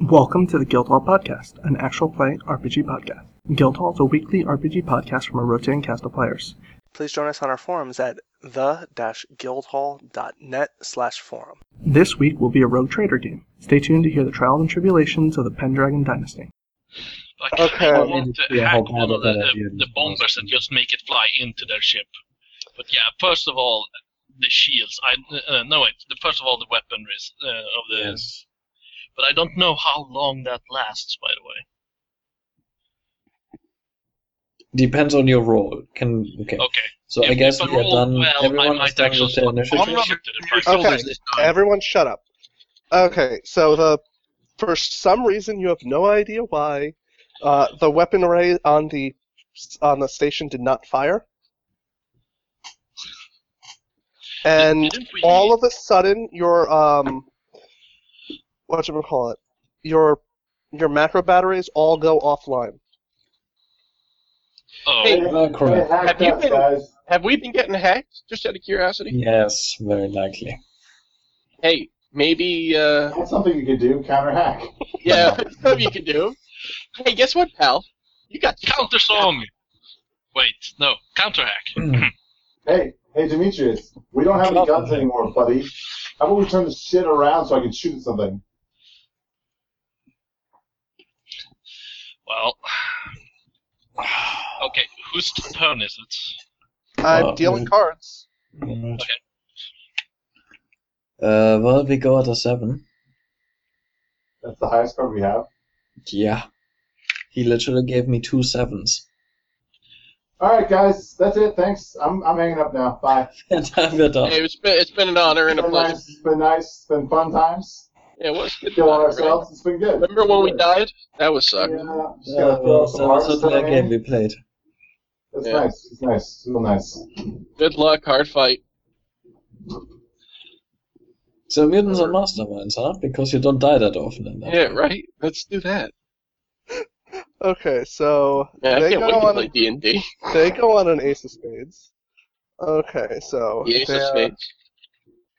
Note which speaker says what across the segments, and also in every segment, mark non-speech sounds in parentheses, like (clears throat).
Speaker 1: Welcome to the Guildhall Podcast, an actual play RPG podcast. Guildhall is a weekly RPG podcast from a rotating cast of players.
Speaker 2: please join us on our forums at the-guildhall.net slash forum.
Speaker 1: This week will be a rogue trader game. Stay tuned to hear the trials and tribulations of the Pendragon Dynasty.
Speaker 3: Like,
Speaker 2: Okay.
Speaker 3: I want to
Speaker 4: Yeah,
Speaker 3: hack
Speaker 4: hold on,
Speaker 3: one of the,
Speaker 4: let that be
Speaker 3: the,
Speaker 4: in
Speaker 3: the
Speaker 4: response.
Speaker 3: bombers and just make it fly into their ship. But yeah, first of all, the shields. I uh, no, wait. The, first of all, the weaponries uh, of the.
Speaker 4: Yes.
Speaker 3: But I don't know how long that lasts. By the way.
Speaker 4: Depends on your role. Can okay.
Speaker 3: Okay.
Speaker 4: So I
Speaker 3: If
Speaker 4: guess
Speaker 3: people
Speaker 4: we are
Speaker 3: roll
Speaker 4: done.
Speaker 3: well, I
Speaker 4: everyone
Speaker 3: might
Speaker 4: is done
Speaker 3: actually
Speaker 4: with their
Speaker 3: swap
Speaker 4: initiative.
Speaker 3: my ship to the first one.
Speaker 2: Okay. Everyone shut up. Okay, so the for some reason you have no idea why uh, the weapon array on the on the station did not fire. And
Speaker 3: Didn't we-
Speaker 2: all of a sudden your um what you call it? Your your macro batteries all go offline.
Speaker 3: Oh,
Speaker 5: Hey,
Speaker 4: Uh, correct.
Speaker 5: Have you been-
Speaker 6: guys.
Speaker 5: Have we been getting hacked? Just out of curiosity.
Speaker 4: Yes, very
Speaker 3: (clears throat)
Speaker 4: likely.
Speaker 5: Hey, maybe. uh
Speaker 6: That's something you could do, counter hack.
Speaker 5: Yeah, (laughs) whatever you can do. Hey, guess what, pal? You got
Speaker 3: Oh, counter song. Wait, no, counter hack.
Speaker 6: Hey, hey, Demetrius, we don't have any guns anymore, buddy. How about we turn the shit around so I can shoot at something?
Speaker 3: Well. (sighs) Okay, whose turn is it?
Speaker 2: I'm
Speaker 4: Oh,
Speaker 2: dealing
Speaker 4: mm.
Speaker 2: cards.
Speaker 4: Alright. Uh, well, we got a seven.
Speaker 6: That's the highest card we have.
Speaker 4: Yeah. He literally gave me two sevens. (laughs)
Speaker 6: All right, guys, that's it. Thanks. I'm, I'm hanging up now. Bye.
Speaker 4: And I'm we're done.
Speaker 5: Hey, it's been it's been an honor and a
Speaker 6: Been
Speaker 5: pleasure.
Speaker 6: nice. It's been nice. It's been fun times.
Speaker 5: Yeah, well, it's good.
Speaker 6: Kill on
Speaker 5: talk,
Speaker 6: ourselves. It's been good.
Speaker 5: right? Remember when we died? That was sucked.
Speaker 6: Yeah, just
Speaker 4: Uh,
Speaker 6: gotta throw
Speaker 4: well,
Speaker 6: some
Speaker 4: so
Speaker 6: hearts
Speaker 4: also
Speaker 6: in
Speaker 4: the
Speaker 6: there.
Speaker 4: game we played.
Speaker 6: It's
Speaker 5: Yeah.
Speaker 6: nice. It's nice. It's real nice.
Speaker 5: Good luck, hard fight.
Speaker 4: So mutants are masterminds, huh? Because you don't die that often in that.
Speaker 5: Yeah, right. Let's do that.
Speaker 2: Okay, so
Speaker 5: Yeah, I
Speaker 2: they
Speaker 5: can't
Speaker 2: go
Speaker 5: wait to
Speaker 2: on
Speaker 5: play D and (laughs) D.
Speaker 2: they go on an ace of spades. Okay, so
Speaker 5: The Ace of
Speaker 2: they're-
Speaker 5: Spades.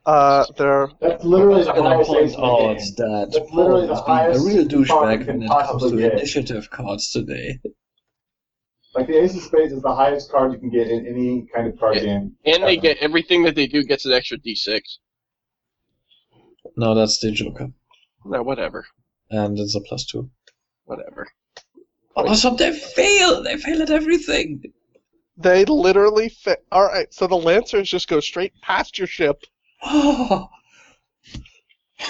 Speaker 2: uh they're
Speaker 6: That's literally the
Speaker 4: And I
Speaker 6: highest ace
Speaker 4: point
Speaker 6: in the game.
Speaker 4: out that
Speaker 6: That's
Speaker 4: Paul
Speaker 6: literally
Speaker 4: is
Speaker 6: the
Speaker 4: being a
Speaker 6: highest
Speaker 4: real douchebag
Speaker 6: card
Speaker 4: when
Speaker 6: you can
Speaker 4: it comes to
Speaker 6: possibly get.
Speaker 4: initiative cards today.
Speaker 6: Like the ace of spades is the highest card you can get in any kind of card
Speaker 5: Yeah.
Speaker 6: game.
Speaker 5: And they
Speaker 6: ever.
Speaker 5: get everything that they do gets an extra D six.
Speaker 4: No, that's the Joker.
Speaker 5: No, whatever,
Speaker 4: And it's a plus two.
Speaker 5: whatever.
Speaker 4: Awesome, Oh, they fail! They fail at everything!
Speaker 2: they literally fa- all right. So the lancers just go straight past your ship.
Speaker 4: (laughs) Oh.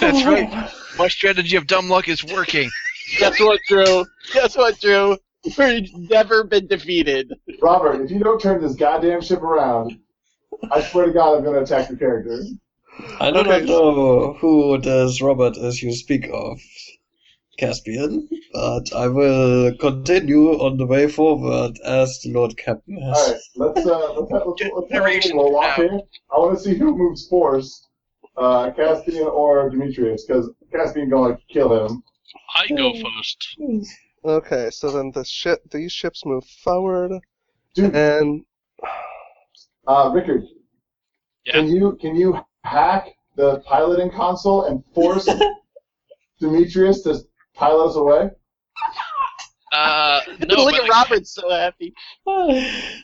Speaker 7: That's right. My strategy of dumb luck is working.
Speaker 5: Guess what, Drew? Guess what, Drew? We've never been defeated.
Speaker 6: Robert, if you don't turn this goddamn ship around, I swear to God, I'm going to attack your character.
Speaker 4: I do
Speaker 2: Okay.
Speaker 4: not know who this Robert is you speak of, Caspian, but I will continue on the way forward as the Lord Captain
Speaker 6: All
Speaker 4: has.
Speaker 6: right, let's uh, let's have, let's, let's have a
Speaker 7: Generation
Speaker 6: little walk
Speaker 7: now.
Speaker 6: here. I want to see who moves first, uh, Caspian or Demetrius, because Caspian going to kill him.
Speaker 3: I go first.
Speaker 2: Okay, so then the ship these ships move forward,
Speaker 6: Dude,
Speaker 2: and
Speaker 6: uh, Rickard,
Speaker 3: Yeah.
Speaker 6: can you can you hack the piloting console and force Demetrius to pilot us away?
Speaker 5: (laughs)
Speaker 3: Uh, no,
Speaker 5: Look
Speaker 3: but
Speaker 5: at Robert's so happy.
Speaker 4: (laughs) no,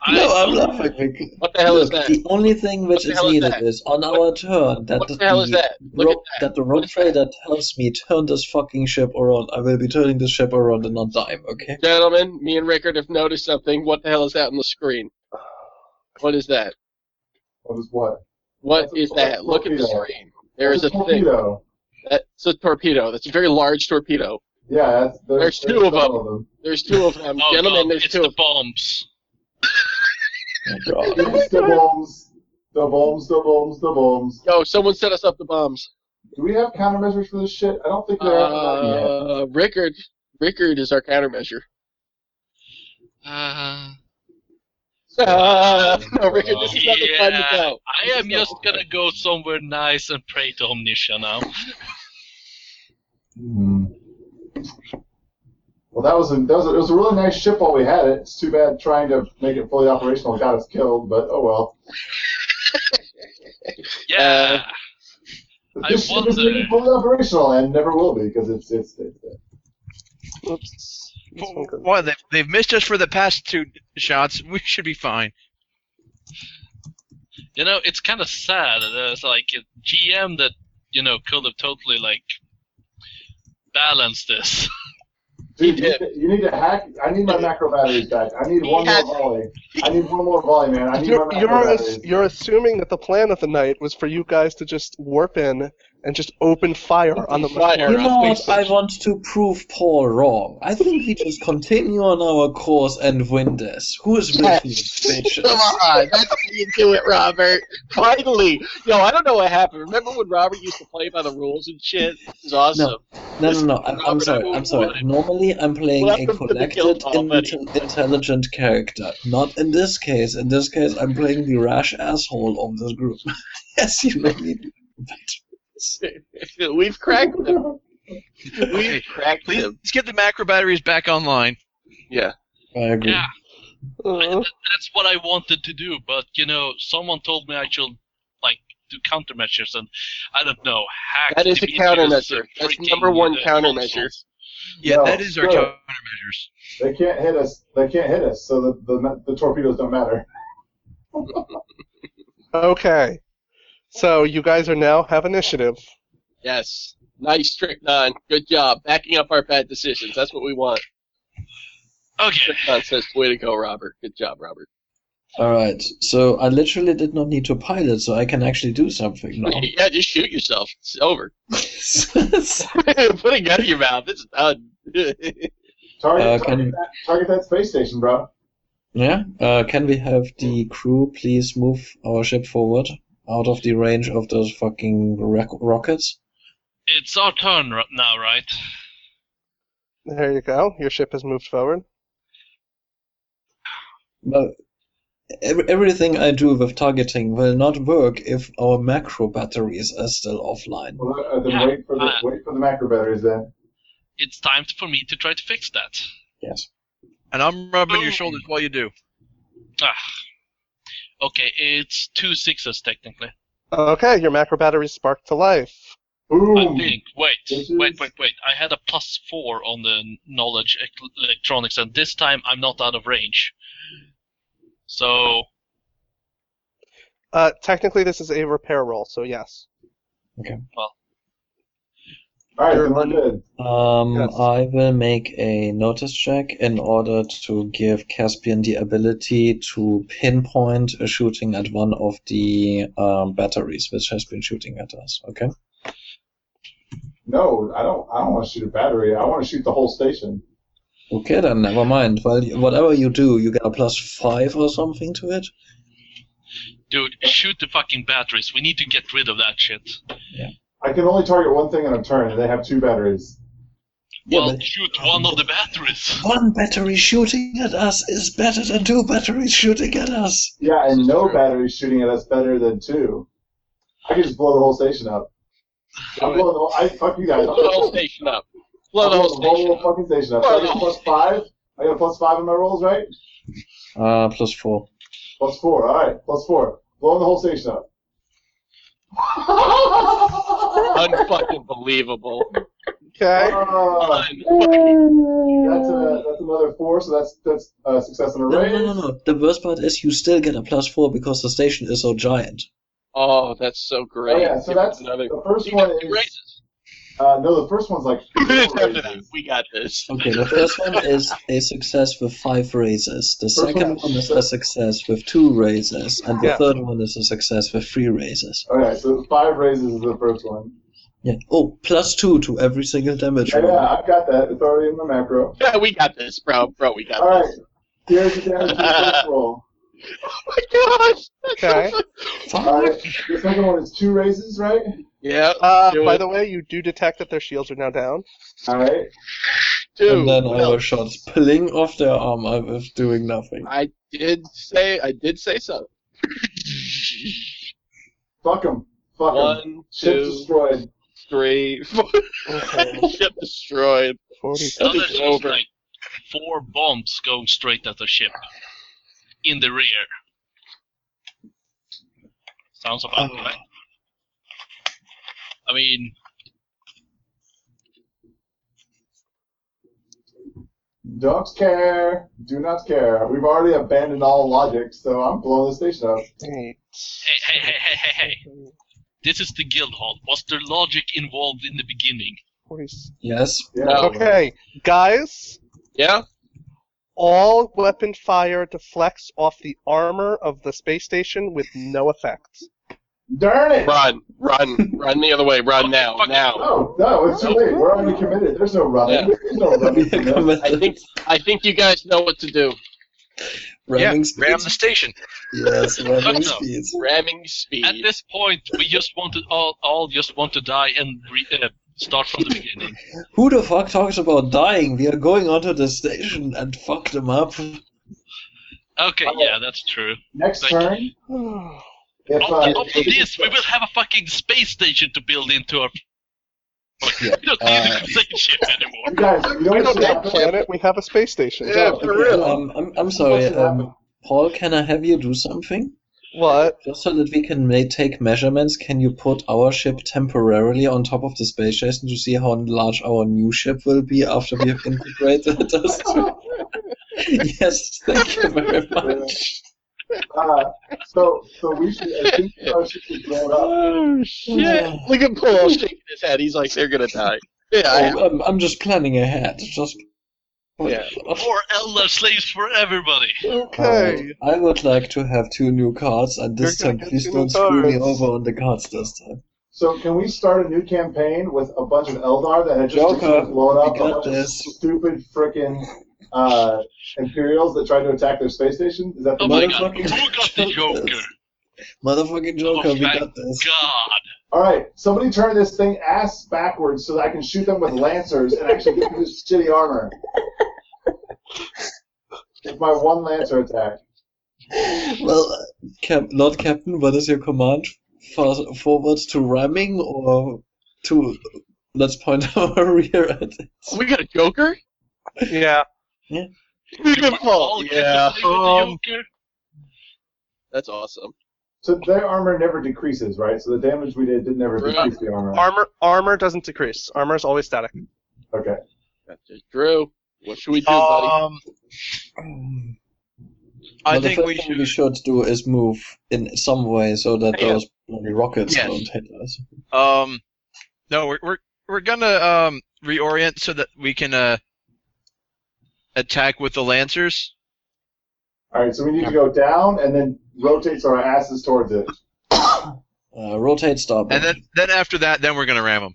Speaker 4: I'm laughing. because-
Speaker 8: What the hell is
Speaker 4: Look,
Speaker 8: that?
Speaker 4: The only thing which
Speaker 8: the
Speaker 4: is
Speaker 8: hell is
Speaker 4: needed
Speaker 8: that?
Speaker 4: is on our turn that
Speaker 8: What the hell is that? Look
Speaker 4: ro-
Speaker 8: at that.
Speaker 4: that the road
Speaker 8: What is that?
Speaker 4: trader tells me turn this fucking ship around. I will be turning this ship around and not dying. Okay.
Speaker 8: Gentlemen, me and Rickard have noticed something. What the hell is that on the screen? What is that?
Speaker 6: What is what?
Speaker 8: What
Speaker 6: That's a
Speaker 8: is that? Look at the
Speaker 6: torpedo.
Speaker 8: screen. There is a
Speaker 6: That's
Speaker 8: thing.
Speaker 6: torpedo.
Speaker 8: That's Uh, a torpedo. That's a very large torpedo.
Speaker 6: Yeah, that's,
Speaker 8: There's two of
Speaker 6: several
Speaker 8: There's two of them.
Speaker 3: (laughs) Oh,
Speaker 8: Gentlemen,
Speaker 3: God,
Speaker 8: there's
Speaker 3: it's
Speaker 8: two
Speaker 3: the
Speaker 8: of
Speaker 3: bombs.
Speaker 8: (laughs)
Speaker 4: Oh,
Speaker 6: of them. It's the bombs. The bombs, the bombs, the bombs.
Speaker 8: Yo, someone set us up the bombs.
Speaker 6: Do we have countermeasures for this shit? I don't think there are.
Speaker 8: Uh, Rickard. Rickard is our countermeasure. (laughs)
Speaker 3: Uh,
Speaker 8: Uh, no, Rickard, this is not the time to
Speaker 3: Oh, Yeah.
Speaker 8: go.
Speaker 3: I am just gonna go somewhere nice and pray to Omniscia now.
Speaker 6: Hmm. Well, that was, a, that was a, it was a really nice ship while we had it. It's too bad trying to make it fully operational got us killed, but oh well.
Speaker 3: Yeah. I
Speaker 6: this ship is
Speaker 3: wonder.
Speaker 6: getting fully operational and never will be because it's it's, it's
Speaker 5: Oops. That's one good.
Speaker 7: Well, they've, they've missed us for the past two shots. We should be fine.
Speaker 3: You know, it's kind of sad. that There's like a GM that you know could have totally like balanced this.
Speaker 6: Dude,
Speaker 8: He
Speaker 6: you, need to- you need to hack. I need my macro batteries back. I need one more
Speaker 5: had-
Speaker 6: volley. I need one more volley, man. I need
Speaker 2: You're,
Speaker 6: my macro
Speaker 2: you're,
Speaker 6: batteries.
Speaker 2: ass- you're assuming that the plan of the night was for you guys to just warp in and just open fire on the
Speaker 8: Fire.
Speaker 4: You
Speaker 2: Minotaur.
Speaker 4: know what?
Speaker 8: (laughs)
Speaker 4: I want to prove Paul wrong. I think we just continue on our course and win this. Who is with me,
Speaker 8: (laughs)
Speaker 5: Come
Speaker 4: bitches?
Speaker 5: on, that's how you do it, Robert.
Speaker 8: Finally! Yo, I don't know what happened. Remember when Robert used to play by the rules and shit? This is awesome. (laughs)
Speaker 4: No, no, no. I'm, I'm sorry. I'm sorry. Normally, I'm playing a
Speaker 5: Welcome to the guild
Speaker 4: collected,
Speaker 5: already.
Speaker 4: intel- intelligent character. Not in this case. In this case, I'm playing the rash asshole of this group. (laughs) yes, you know me.
Speaker 5: We've cracked
Speaker 2: (laughs)
Speaker 5: them.
Speaker 7: Okay,
Speaker 5: We've cracked
Speaker 7: please,
Speaker 5: them.
Speaker 7: let's get the macro batteries back online.
Speaker 4: I agree.
Speaker 3: Yeah. I,
Speaker 2: Uh,
Speaker 3: th- that's what I wanted to do, but you know, someone told me I should like do countermeasures, and I don't know. Hack
Speaker 8: That is a
Speaker 3: Demetrius'
Speaker 8: countermeasure. That's
Speaker 3: freaking,
Speaker 8: number one
Speaker 3: uh,
Speaker 8: countermeasure.
Speaker 3: consoles.
Speaker 7: Yeah,
Speaker 6: No,
Speaker 7: that is our
Speaker 6: good.
Speaker 7: countermeasures.
Speaker 6: They can't hit us. They can't hit us. So the the, ma- the torpedoes don't matter.
Speaker 2: okay. So you guys are now have initiative.
Speaker 8: Yes. Nice trick, Don. Good job. Backing up our bad decisions. That's what we want.
Speaker 3: Okay.
Speaker 8: Trick Don says, way to go, Robert. Good job, Robert.
Speaker 4: All right. So I literally did not need to pilot, so I can actually do something now.
Speaker 8: (laughs) yeah, just shoot yourself. It's over. (laughs)
Speaker 4: uh,
Speaker 8: Put a gun in your mouth. It's done. (laughs)
Speaker 4: can
Speaker 6: Target, target, that, target that space station, bro.
Speaker 4: (laughs) yeah? Uh, can we have the crew please move our ship forward out of the range of those fucking rock- rockets?
Speaker 3: It's our turn ri- now, right?
Speaker 2: There you go. Your ship has moved forward.
Speaker 4: Well, ev- everything I do with targeting will not work if our macro batteries are still offline.
Speaker 6: Well, uh, then
Speaker 3: Yeah,
Speaker 6: wait for the
Speaker 3: uh,
Speaker 6: wait for the macro batteries then.
Speaker 3: It's time for me to try to fix that.
Speaker 4: Yes.
Speaker 7: And I'm rubbing your
Speaker 8: Oh.
Speaker 3: Boom.
Speaker 7: shoulders while you do.
Speaker 3: Ah. Okay, it's two sixes technically.
Speaker 2: Okay, your macro batteries spark to life.
Speaker 6: Boom.
Speaker 8: Hmm.
Speaker 3: I think. Wait,
Speaker 6: This
Speaker 3: wait,
Speaker 6: is-
Speaker 3: wait, wait. I had a plus four on the n- knowledge ec- electronics, and this time I'm not out of range. So
Speaker 2: Uh, technically, this is a repair roll, so yes.
Speaker 6: All right,
Speaker 2: You're
Speaker 6: then we're
Speaker 2: on-
Speaker 6: good.
Speaker 4: Um,
Speaker 2: Yes.
Speaker 4: I will make a notice check in order to give Caspian the ability to pinpoint a shooting at one of the um, batteries which has been shooting at us. Okay.
Speaker 6: No, I don't. I don't want to shoot a battery. I want to shoot the whole station.
Speaker 4: Okay, then never mind. Well, y- whatever you do, you get a plus five or something to it.
Speaker 3: Dude, shoot the fucking batteries. We need to get rid of that shit.
Speaker 6: I can only target one thing in a turn, and they have two batteries.
Speaker 4: Yeah,
Speaker 3: well,
Speaker 4: but-
Speaker 3: shoot one of the
Speaker 4: (laughs)
Speaker 3: batteries.
Speaker 4: One battery shooting at us is better than two batteries shooting at us.
Speaker 6: Yeah, and
Speaker 8: This is
Speaker 6: no
Speaker 8: true.
Speaker 6: batteries shooting at us better than two. I can just blow the whole station up. I'm blowing the whole. I fuck you guys.
Speaker 8: Blow the whole station up. Blow the
Speaker 6: I'm
Speaker 8: whole
Speaker 6: blowing
Speaker 8: station up.
Speaker 6: fucking station up. So I get a plus five. I got a plus five in my rolls, right?
Speaker 4: Uh, plus four.
Speaker 6: Plus four. All right, plus four. Blowing the whole station up.
Speaker 8: Unfucking believable.
Speaker 2: Okay.
Speaker 6: Ah,
Speaker 8: Unfucking-
Speaker 6: that's, a, that's another another four, so that's that's uh, success and a
Speaker 4: No,
Speaker 6: raise.
Speaker 4: no, no, no. The worst part is you still get a plus four because the station is so giant.
Speaker 8: Oh, that's so great.
Speaker 6: Oh, yeah, so
Speaker 8: Give us
Speaker 6: that's-
Speaker 8: another.
Speaker 6: The first one is. Uh, no, the first one's like.
Speaker 8: (laughs) After that, we got this. (laughs)
Speaker 4: Okay, the first one is a success with five raises. The
Speaker 6: First one-
Speaker 4: second one is a success with two raises, and the
Speaker 6: Yeah.
Speaker 4: third one is a success with three raises.
Speaker 6: Okay, so five raises is the first one.
Speaker 4: Yeah. Oh, plus two to every single damage
Speaker 6: Yeah,
Speaker 4: roll.
Speaker 6: yeah, I've got that. It's already in my macro.
Speaker 8: Yeah, we got this, bro. Bro, we got
Speaker 6: All right,
Speaker 8: this.
Speaker 6: here's the damage to the first roll.
Speaker 8: Oh my gosh.
Speaker 2: Okay.
Speaker 6: All right, the second one is two raises, right?
Speaker 8: Yeah.
Speaker 2: Uh,
Speaker 8: do
Speaker 2: by
Speaker 8: it.
Speaker 2: the way, you do detect that their shields are now down.
Speaker 6: All right.
Speaker 4: And
Speaker 8: Dude,
Speaker 4: then I was shot pulling off their armor with doing nothing.
Speaker 8: I did say I did say so.
Speaker 6: Fuck them. Fuck them.
Speaker 8: One,
Speaker 6: Ship
Speaker 8: two,
Speaker 6: destroyed.
Speaker 8: three, four. (laughs) Ship destroyed.
Speaker 2: Forty.
Speaker 3: So
Speaker 8: Nothing's
Speaker 3: there's just,
Speaker 8: over.
Speaker 3: like four bombs going straight at the ship in the rear. Sounds about
Speaker 4: Oh.
Speaker 3: right. I mean,
Speaker 6: Don't care. Do not care. We've already abandoned all logic, so I'm blowing the station up.
Speaker 2: Eight.
Speaker 3: hey, hey, hey, hey, hey, hey. This is the guild hall. Was there logic involved in the beginning?
Speaker 2: Forty.
Speaker 4: Yes. (laughs)
Speaker 6: Yeah.
Speaker 8: No.
Speaker 2: Okay, guys,
Speaker 8: Yeah.
Speaker 2: all weapon fire deflects off the armor of the space station with no effect.
Speaker 6: Darn it!
Speaker 8: Run, run, run the other way. Run now,
Speaker 3: Fuck it.
Speaker 8: now.
Speaker 6: No, no, it's too late. We're already committed. There's no running.
Speaker 8: Yeah.
Speaker 6: There's no
Speaker 4: (laughs)
Speaker 6: running from this.
Speaker 8: I think I think you guys know what to do.
Speaker 4: Ramming
Speaker 7: yeah, ram
Speaker 4: speeds.
Speaker 7: the station.
Speaker 4: (laughs) Yes, ramming
Speaker 3: Fuck no.
Speaker 4: speeds.
Speaker 8: Ramming
Speaker 3: At (sighs)
Speaker 8: speed.
Speaker 3: this point, we just wanted all all just want to die and re- uh, start from the beginning.
Speaker 4: Who the fuck talks about dying? We are going onto the station and fuck them up.
Speaker 3: Okay, yeah, that's true.
Speaker 6: Next
Speaker 3: Thank
Speaker 6: turn, if
Speaker 3: On
Speaker 6: uh,
Speaker 3: top of this, oh, we will have a fucking space station to build into
Speaker 8: (laughs)
Speaker 3: our.
Speaker 4: Yeah,
Speaker 3: we don't need
Speaker 4: uh,
Speaker 3: a space ship anymore.
Speaker 6: you guys, you know
Speaker 2: We
Speaker 6: what
Speaker 2: don't
Speaker 6: should
Speaker 2: have a
Speaker 6: happen?
Speaker 2: planet. We have a space station.
Speaker 8: Yeah,
Speaker 2: Go.
Speaker 8: for real.
Speaker 4: Um, I'm, I'm
Speaker 6: What
Speaker 4: sorry,
Speaker 6: should happen?
Speaker 4: um, Paul, can I have you do something?
Speaker 2: What?
Speaker 4: Just so that we can ma- take measurements, can you put our ship temporarily on top of the space station to see how large our new ship will be after we have integrated us? two? (laughs) yes, thank you very much.
Speaker 6: Uh, so, so we should. I think our ship should blow up.
Speaker 8: Oh shit! Look at Paul shaking his head. He's like, they're gonna die. Yeah.
Speaker 4: Oh, I'm, I'm just planning ahead. Just.
Speaker 8: Yeah.
Speaker 3: (laughs) Four elder slaves for everybody.
Speaker 2: Okay.
Speaker 4: Uh, I would like to have two new cards, and this
Speaker 2: You're
Speaker 4: time
Speaker 2: gonna get
Speaker 4: please
Speaker 2: two
Speaker 4: don't
Speaker 2: new
Speaker 4: screw me
Speaker 2: cards.
Speaker 4: over on the cards this time.
Speaker 6: So, can we start a new campaign with a bunch of Eldar that had just
Speaker 4: Joker,
Speaker 6: recently blown up
Speaker 4: we
Speaker 6: a
Speaker 4: got
Speaker 6: bunch
Speaker 4: this.
Speaker 6: of stupid frickin' uh, Imperials that tried to attack their space station? Is that the
Speaker 3: Oh my
Speaker 6: plan?
Speaker 3: god, who got the
Speaker 8: (laughs)
Speaker 3: Joker?
Speaker 4: Motherfucking Joker,
Speaker 3: Oh,
Speaker 4: we
Speaker 3: thank
Speaker 4: got this.
Speaker 3: God.
Speaker 6: All right, somebody turn this thing ass backwards so that I can shoot them with lancers and actually get through this shitty armor. It's my one lancer attack.
Speaker 4: Well, uh, Cap- Lord Captain, what is your command? For- forward to ramming or to let's point (laughs) our rear at it?
Speaker 8: We got a Joker.
Speaker 2: Yeah.
Speaker 8: Look at
Speaker 3: All
Speaker 8: Paul.
Speaker 3: get
Speaker 8: Yeah.
Speaker 3: the
Speaker 2: um,
Speaker 3: Oh, Joker.
Speaker 8: That's awesome.
Speaker 6: So their armor never decreases, right? So the damage we did didn't ever decrease the armor.
Speaker 2: Armor armor doesn't decrease. Armor is always static.
Speaker 6: Okay.
Speaker 8: Gotcha. Drew, what should we do, buddy?
Speaker 7: Um, I
Speaker 4: Well, the
Speaker 7: think
Speaker 4: first
Speaker 7: we
Speaker 4: thing
Speaker 7: should.
Speaker 4: we should do is move in some way so that
Speaker 7: Yeah.
Speaker 4: those bloody rockets
Speaker 7: Yes.
Speaker 4: don't hit us.
Speaker 7: Um, no, we're we're we're gonna um reorient so that we can uh attack with the lancers.
Speaker 6: All right, so we need to go down and then rotate so our asses towards it.
Speaker 4: Uh, rotate starboard.
Speaker 7: And
Speaker 4: (laughs)
Speaker 7: then, then after that, then we're gonna ram them.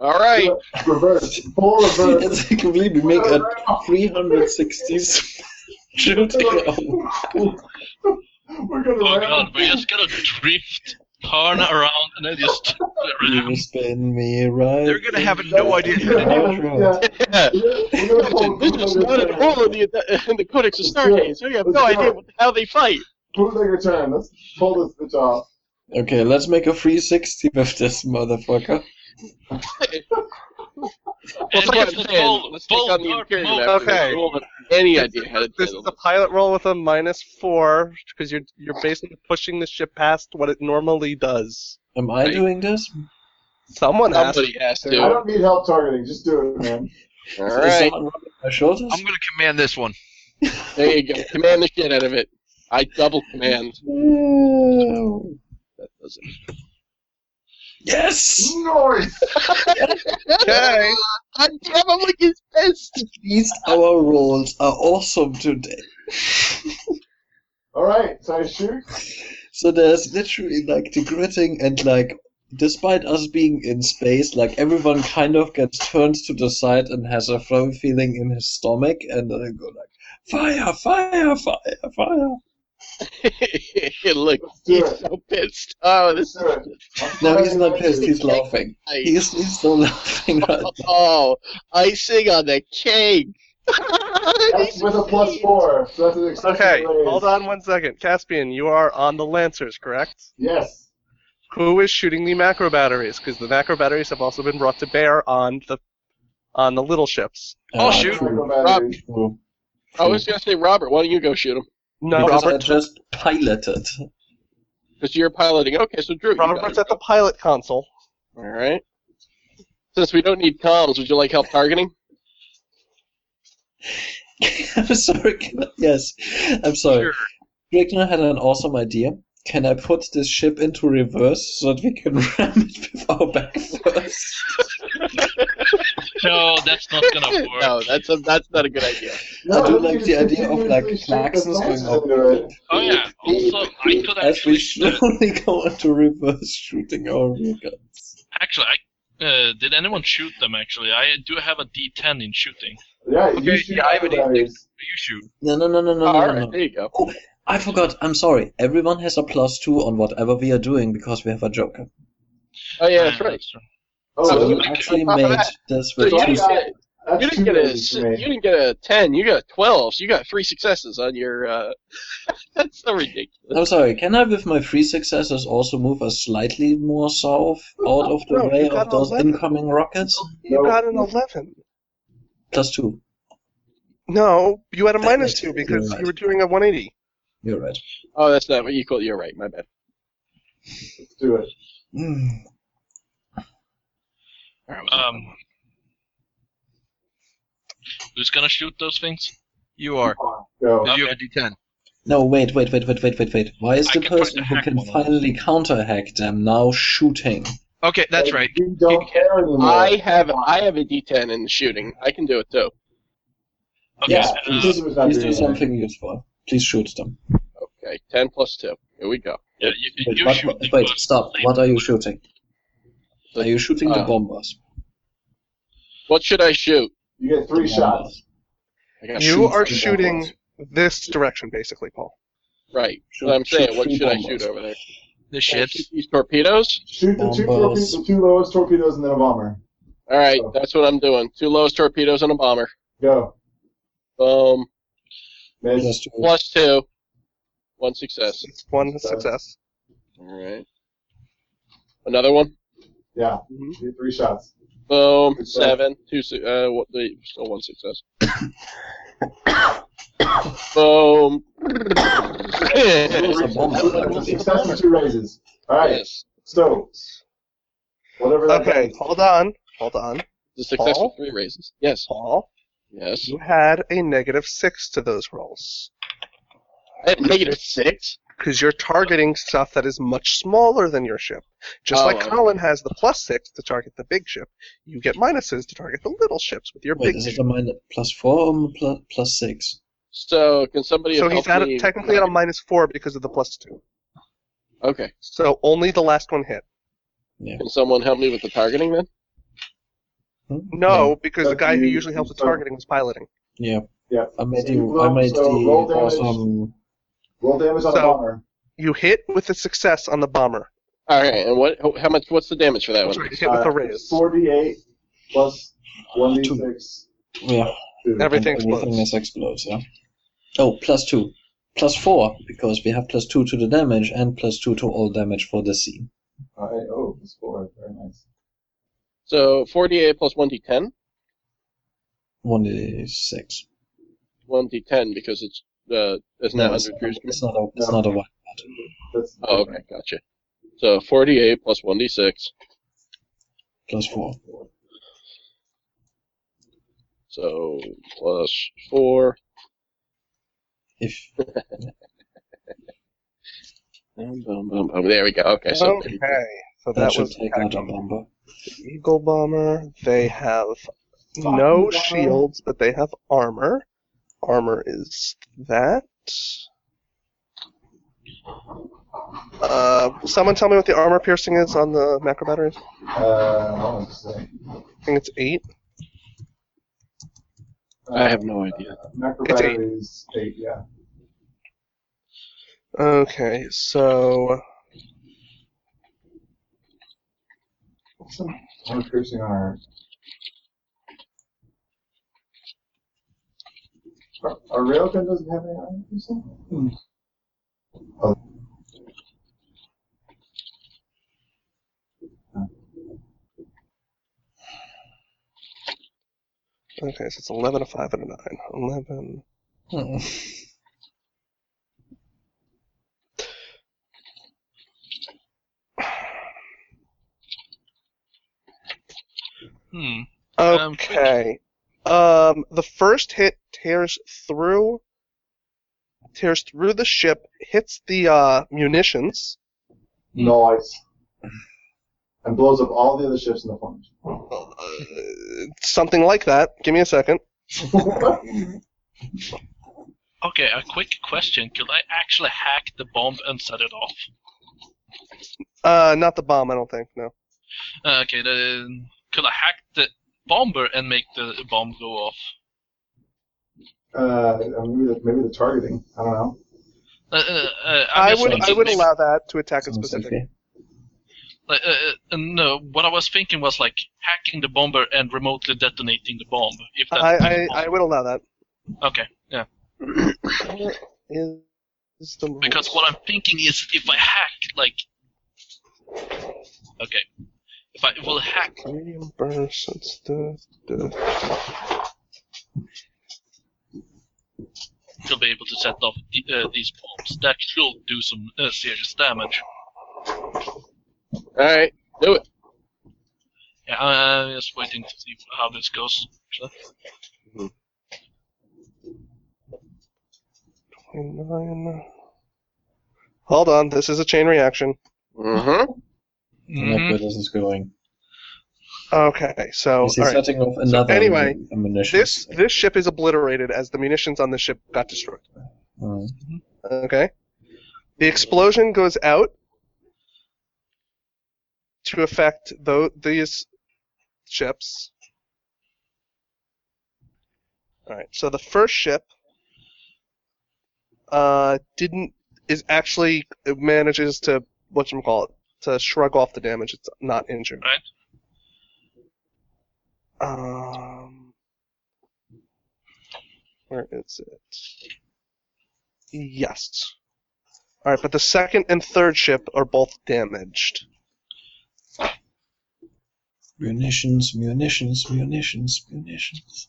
Speaker 8: All right.
Speaker 6: Reverse. Full reverse.
Speaker 4: it's completely make a 360 shooting
Speaker 6: (laughs)
Speaker 4: arm.
Speaker 6: We're going to
Speaker 3: Oh
Speaker 6: run
Speaker 3: God, we're just gonna drift, turn around, and then
Speaker 8: (laughs)
Speaker 3: just
Speaker 4: You spin me right.
Speaker 7: They're gonna have no idea. How to do it.
Speaker 6: Yeah.
Speaker 8: Yeah.
Speaker 6: We're gonna pull-
Speaker 8: Oh, This is not a rule in the, in the Codex of Stargaze. We have no idea what- how they fight.
Speaker 6: Bootlegger turn. Let's pull this bitch off.
Speaker 4: Okay, let's make a 360 with this motherfucker.
Speaker 8: That's
Speaker 3: And
Speaker 8: what
Speaker 3: if
Speaker 8: I'm
Speaker 3: the
Speaker 8: saying.
Speaker 3: ball-
Speaker 8: Let's
Speaker 3: ball
Speaker 8: take on the
Speaker 3: dart
Speaker 8: Imperium
Speaker 3: mo-
Speaker 8: after
Speaker 2: Okay.
Speaker 8: this. We don't have any idea how to
Speaker 2: This is
Speaker 8: handle
Speaker 2: a pilot roll with a minus four because you're you're basically pushing the ship past what it normally does.
Speaker 4: Am I
Speaker 8: Right.
Speaker 4: doing this?
Speaker 2: Someone
Speaker 8: this.
Speaker 2: asked.
Speaker 8: Somebody has
Speaker 6: I
Speaker 8: to.
Speaker 6: don't need help targeting. Just do it, man.
Speaker 8: All
Speaker 4: Is
Speaker 8: right.
Speaker 4: someone rubbing my shoulders?
Speaker 7: I'm gonna command this one.
Speaker 8: There you go. Command the shit out of it. I double command. That does it.
Speaker 4: Yes!
Speaker 6: Nice.
Speaker 2: Okay.
Speaker 8: God damn, I'm like his best.
Speaker 4: These our rolls are awesome today.
Speaker 6: All right, so I shoot.
Speaker 4: So there's literally like the gritting and like despite us being in space, like everyone kind of gets turned to the side and has a throw feeling in his stomach and then they go like fire, fire, fire, fire.
Speaker 8: (laughs) Look,
Speaker 6: Let's do
Speaker 8: he's
Speaker 6: it.
Speaker 8: so pissed. Oh, this
Speaker 6: Let's do it.
Speaker 4: No, he's not pissed, he's
Speaker 8: Like,
Speaker 4: laughing.
Speaker 8: I-
Speaker 4: He's he's still (laughs) laughing right now.
Speaker 8: Oh, icing on the cake. (laughs)
Speaker 6: That's with a plus four, so that's an excessive
Speaker 2: Okay,
Speaker 6: raise.
Speaker 2: hold on one second. Caspian, you are on the Lancers, correct?
Speaker 6: Yes.
Speaker 2: Who is shooting the macro batteries? Because the macro batteries have also been brought to bear on the on the little ships.
Speaker 6: Oh,
Speaker 7: I'll shoot.
Speaker 6: Micro batteries.
Speaker 4: True.
Speaker 8: I was gonna say, Robert, why don't you go shoot him?
Speaker 2: No,
Speaker 4: because I
Speaker 2: Robert.
Speaker 4: just piloted.
Speaker 8: Because you're piloting. Okay, so Drew, you got
Speaker 2: Robert's
Speaker 8: it.
Speaker 2: at the pilot console.
Speaker 8: All right. Since we don't need comms, would you like help targeting?
Speaker 4: (laughs) I'm sorry. Can I, yes, I'm sorry.
Speaker 7: Sure.
Speaker 4: Ragnar had an awesome idea. Can I put this ship into reverse so that we can (laughs) ram it with our back first?
Speaker 3: No, that's not gonna work.
Speaker 8: (laughs) (laughs) no, that's a, that's not a good idea.
Speaker 6: No,
Speaker 4: I do
Speaker 6: you
Speaker 4: like
Speaker 6: can
Speaker 4: the idea of
Speaker 6: continuously
Speaker 4: like
Speaker 6: shoot the
Speaker 4: Klaxons going
Speaker 6: lances
Speaker 4: up
Speaker 6: into it.
Speaker 3: Oh yeah. Also, I could
Speaker 4: as we
Speaker 3: actually
Speaker 4: slowly go into reverse, shooting our rear guns.
Speaker 3: actually. I, uh, did anyone shoot them? Actually, I do have a D10 in shooting.
Speaker 6: Yeah, you
Speaker 7: Okay,
Speaker 6: shoot
Speaker 7: yeah, I have an
Speaker 6: micro batteries.
Speaker 7: You shoot.
Speaker 4: No, no, no, no, no,
Speaker 8: (laughs) All
Speaker 4: no,
Speaker 8: right,
Speaker 4: no, no.
Speaker 8: there you go.
Speaker 4: I forgot. I'm sorry. Everyone has a plus two on whatever we are doing because we have a joker.
Speaker 8: Oh yeah, that's
Speaker 3: Uh,
Speaker 8: right.
Speaker 4: So
Speaker 6: Oh,
Speaker 4: you
Speaker 6: that's-
Speaker 4: actually
Speaker 8: on top of
Speaker 4: made
Speaker 8: that-
Speaker 4: this
Speaker 8: So
Speaker 4: with
Speaker 8: you
Speaker 6: I
Speaker 4: two.
Speaker 8: didn't,
Speaker 6: got
Speaker 8: get,
Speaker 6: that's
Speaker 8: you
Speaker 6: two
Speaker 8: didn't get a
Speaker 6: raises
Speaker 8: si-
Speaker 6: for me.
Speaker 8: you didn't get a ten. You got a twelve. So you got three successes on your. Uh, (laughs) that's so ridiculous.
Speaker 4: I'm sorry. Can I, with my three successes, also move us slightly more south, out of the
Speaker 2: Oh, No,
Speaker 4: way
Speaker 2: you got
Speaker 4: of those
Speaker 2: eleven.
Speaker 4: incoming rockets?
Speaker 2: You
Speaker 6: No.
Speaker 2: got an 11.
Speaker 4: Plus two.
Speaker 2: No, you had a
Speaker 4: That
Speaker 2: minus
Speaker 4: makes-
Speaker 2: two because
Speaker 4: you're
Speaker 2: you were
Speaker 4: right.
Speaker 2: doing a 180.
Speaker 4: You're right.
Speaker 8: Oh, that's not what you call. You're right. My bad.
Speaker 6: Let's do it.
Speaker 4: Mm.
Speaker 3: Um, who's gonna shoot those things?
Speaker 7: You are.
Speaker 6: Go.
Speaker 7: Did you have a D10?
Speaker 4: No, wait, wait, wait, wait, wait, wait, wait. Why is
Speaker 3: I
Speaker 4: the
Speaker 3: can try
Speaker 4: person
Speaker 3: to
Speaker 4: who
Speaker 3: hack
Speaker 4: can
Speaker 3: one of them.
Speaker 4: finally counter-hack them now shooting?
Speaker 7: Okay, that's
Speaker 6: Like,
Speaker 7: right.
Speaker 6: You don't care anymore.
Speaker 8: I have I have a D10 in shooting. I can do it too.
Speaker 3: Okay,
Speaker 4: Yeah,
Speaker 3: uh,
Speaker 6: This
Speaker 4: please,
Speaker 6: was not
Speaker 4: please do
Speaker 6: doing
Speaker 4: something useful. Please shoot them.
Speaker 8: Okay, ten plus two. Here we go.
Speaker 3: yeah, you, you
Speaker 4: Wait,
Speaker 3: you
Speaker 4: what,
Speaker 3: shoot the
Speaker 4: wait
Speaker 3: first
Speaker 4: stop.
Speaker 3: thing.
Speaker 4: What are you shooting?
Speaker 8: The-
Speaker 4: Are you shooting the
Speaker 8: uh,
Speaker 4: bombers?
Speaker 8: What should I shoot?
Speaker 6: You get three
Speaker 4: The
Speaker 6: shots.
Speaker 4: bombers.
Speaker 8: I gotta
Speaker 2: You
Speaker 4: shoot
Speaker 2: are
Speaker 4: the
Speaker 2: shooting
Speaker 4: bombers.
Speaker 2: this direction, basically, Paul.
Speaker 8: Right.
Speaker 4: Shoot-
Speaker 8: What I'm saying,
Speaker 4: shoot
Speaker 8: what
Speaker 4: three
Speaker 8: should I
Speaker 4: bombers.
Speaker 8: shoot over there?
Speaker 7: The
Speaker 8: Should I shoot
Speaker 7: ships.
Speaker 8: these torpedoes?
Speaker 6: Shoot the two, torpedoes,
Speaker 4: Bombers.
Speaker 6: the two lowest torpedoes and then a bomber.
Speaker 8: All right,
Speaker 6: Oh.
Speaker 8: that's what I'm doing. Two lowest torpedoes and a bomber.
Speaker 6: Go.
Speaker 8: Boom.
Speaker 4: Plus
Speaker 6: Miss.
Speaker 4: two.
Speaker 8: Plus two. One success.
Speaker 2: It's one
Speaker 6: Success.
Speaker 2: success.
Speaker 8: All right. Another one.
Speaker 6: Yeah.
Speaker 8: Mhm.
Speaker 6: You get three shots.
Speaker 8: Boom.
Speaker 6: Success.
Speaker 8: Seven. Two. su- Uh, what the? Still one success. (coughs) Boom. (coughs)
Speaker 4: was a bomber.
Speaker 6: It's a success and two raises. All right.
Speaker 8: yes.
Speaker 6: So, whatever that
Speaker 2: Okay,
Speaker 6: does.
Speaker 2: hold on. Hold on.
Speaker 8: The successful
Speaker 2: Paul?
Speaker 8: three raises. Yes.
Speaker 2: Paul,
Speaker 8: Yes.
Speaker 2: you had a negative six to those rolls.
Speaker 8: I have negative six.
Speaker 2: Because you're targeting stuff that is much smaller than your ship. Just
Speaker 8: Oh,
Speaker 2: like
Speaker 8: okay.
Speaker 2: Colin has the plus six to target the big ship, you get minuses to target the little ships with your
Speaker 4: Wait,
Speaker 2: big
Speaker 4: is it
Speaker 2: ship.
Speaker 4: a minus plus four or plus, plus six?
Speaker 8: So can somebody
Speaker 2: So
Speaker 8: have
Speaker 2: he's at
Speaker 8: helped
Speaker 2: a,
Speaker 8: me-
Speaker 2: technically at a minus four because of the plus two.
Speaker 8: Okay.
Speaker 2: So only the last one hit.
Speaker 8: Can someone help me with the targeting then?
Speaker 4: Hmm?
Speaker 2: No, because the
Speaker 6: But
Speaker 2: guy who
Speaker 6: you-
Speaker 2: usually helps with
Speaker 6: so-
Speaker 2: targeting was piloting.
Speaker 4: Yeah.
Speaker 6: Yeah.
Speaker 4: I made
Speaker 6: So
Speaker 4: you.
Speaker 6: you
Speaker 4: I
Speaker 6: roll-
Speaker 4: made
Speaker 6: so
Speaker 4: the
Speaker 6: roll damage.
Speaker 4: awesome.
Speaker 6: Roll damage on
Speaker 2: So-
Speaker 6: the bomber.
Speaker 2: You hit with a success on the bomber.
Speaker 8: All right. And what? how- How much? What's the damage for that
Speaker 2: That's
Speaker 8: one?
Speaker 2: right, hit with a
Speaker 6: Uh,
Speaker 2: raise.
Speaker 6: 4d8 plus 1d6.
Speaker 4: Yeah.
Speaker 6: Two.
Speaker 4: and
Speaker 2: Everything
Speaker 4: everything
Speaker 2: explodes.
Speaker 4: is explodes. Yeah. Oh, plus two, plus four because we have plus two to the damage and plus two to all damage for the scene.
Speaker 6: All right. Oh, it's four. Very nice.
Speaker 8: So 48 plus 1d10.
Speaker 4: One is six.
Speaker 8: 1d10 because it's uh, it's not
Speaker 4: it's,
Speaker 8: under
Speaker 4: not a,
Speaker 8: Drew's
Speaker 4: it's
Speaker 8: command.
Speaker 4: not a. It's
Speaker 6: No.
Speaker 4: not a one.
Speaker 6: That's
Speaker 8: Oh, okay, gotcha. So 48 plus 1d6.
Speaker 4: Plus four.
Speaker 8: So plus four.
Speaker 4: If
Speaker 8: Boom, boom, boom, boom. There we go. Okay, so
Speaker 2: Okay, so that,
Speaker 4: should
Speaker 2: was
Speaker 4: take out a bomber.
Speaker 2: Eagle Bomber. They have no
Speaker 4: Fucking
Speaker 2: shields, but they have armor. Armor is that. Uh, someone tell me what the armor piercing is on the macro batteries.
Speaker 6: Uh, what was it say?
Speaker 2: I think it's eight.
Speaker 8: I have no idea.
Speaker 6: Macro
Speaker 2: It's eight.
Speaker 6: batteries, eight, yeah.
Speaker 2: Okay, so
Speaker 6: What's the armor piercing on our. Our our railgun doesn't have any armor piercing? Hmm. Oh.
Speaker 2: okay, so it's eleven, a five, and a nine. Eleven.
Speaker 4: (laughs)
Speaker 3: Hmm. Um,
Speaker 2: Okay. Um, the first hit tears through tears through the ship, hits the uh, munitions.
Speaker 6: Noise. And blows up all the other ships in the formation.
Speaker 2: uh, Something like that. Give me a second.
Speaker 3: Okay, a quick question. Could I actually hack the bomb and set it off?
Speaker 2: Uh, not the bomb, I don't think. No.
Speaker 3: Uh, okay, then could I hack the bomber and make the bomb go off?
Speaker 6: Uh, maybe the, maybe the targeting. I don't know.
Speaker 3: Uh, uh, uh, I'm
Speaker 2: I
Speaker 3: just
Speaker 2: would I
Speaker 3: thinking
Speaker 2: would
Speaker 3: maybe-
Speaker 2: allow that to attack a specific.
Speaker 3: like, uh, uh, uh, no, what I was thinking was like hacking the bomber and remotely detonating the bomb. If that
Speaker 2: I, I, I would allow that.
Speaker 3: okay, yeah.
Speaker 2: Where is- is the rule?
Speaker 3: Because what I'm thinking is if I hack like, okay, if I will hack
Speaker 2: Medium burner since the- the-
Speaker 3: to be able to set off the, uh, these bombs, that should do some uh, serious damage.
Speaker 8: All right, do it.
Speaker 3: Yeah, I- I'm just waiting to see how this goes. actually.
Speaker 2: 29. Hold on, this is a chain reaction.
Speaker 8: Mm-hmm.
Speaker 4: Like where this is going.
Speaker 2: Okay, so
Speaker 4: Is he
Speaker 2: Oh, all right.
Speaker 4: setting off another
Speaker 2: anyway,
Speaker 4: ammunition?
Speaker 2: this this ship is obliterated as the munitions on this ship got destroyed.
Speaker 4: Hmm.
Speaker 2: Okay. The explosion goes out to affect tho- these ships. Alright, so the first ship uh, didn't is actually it manages to whatchamacallit to shrug off the damage. It's not injured.
Speaker 3: Right.
Speaker 2: Um, where is it? Yes. All right, but the second and third ship are both damaged.
Speaker 4: Munitions, munitions, munitions, munitions.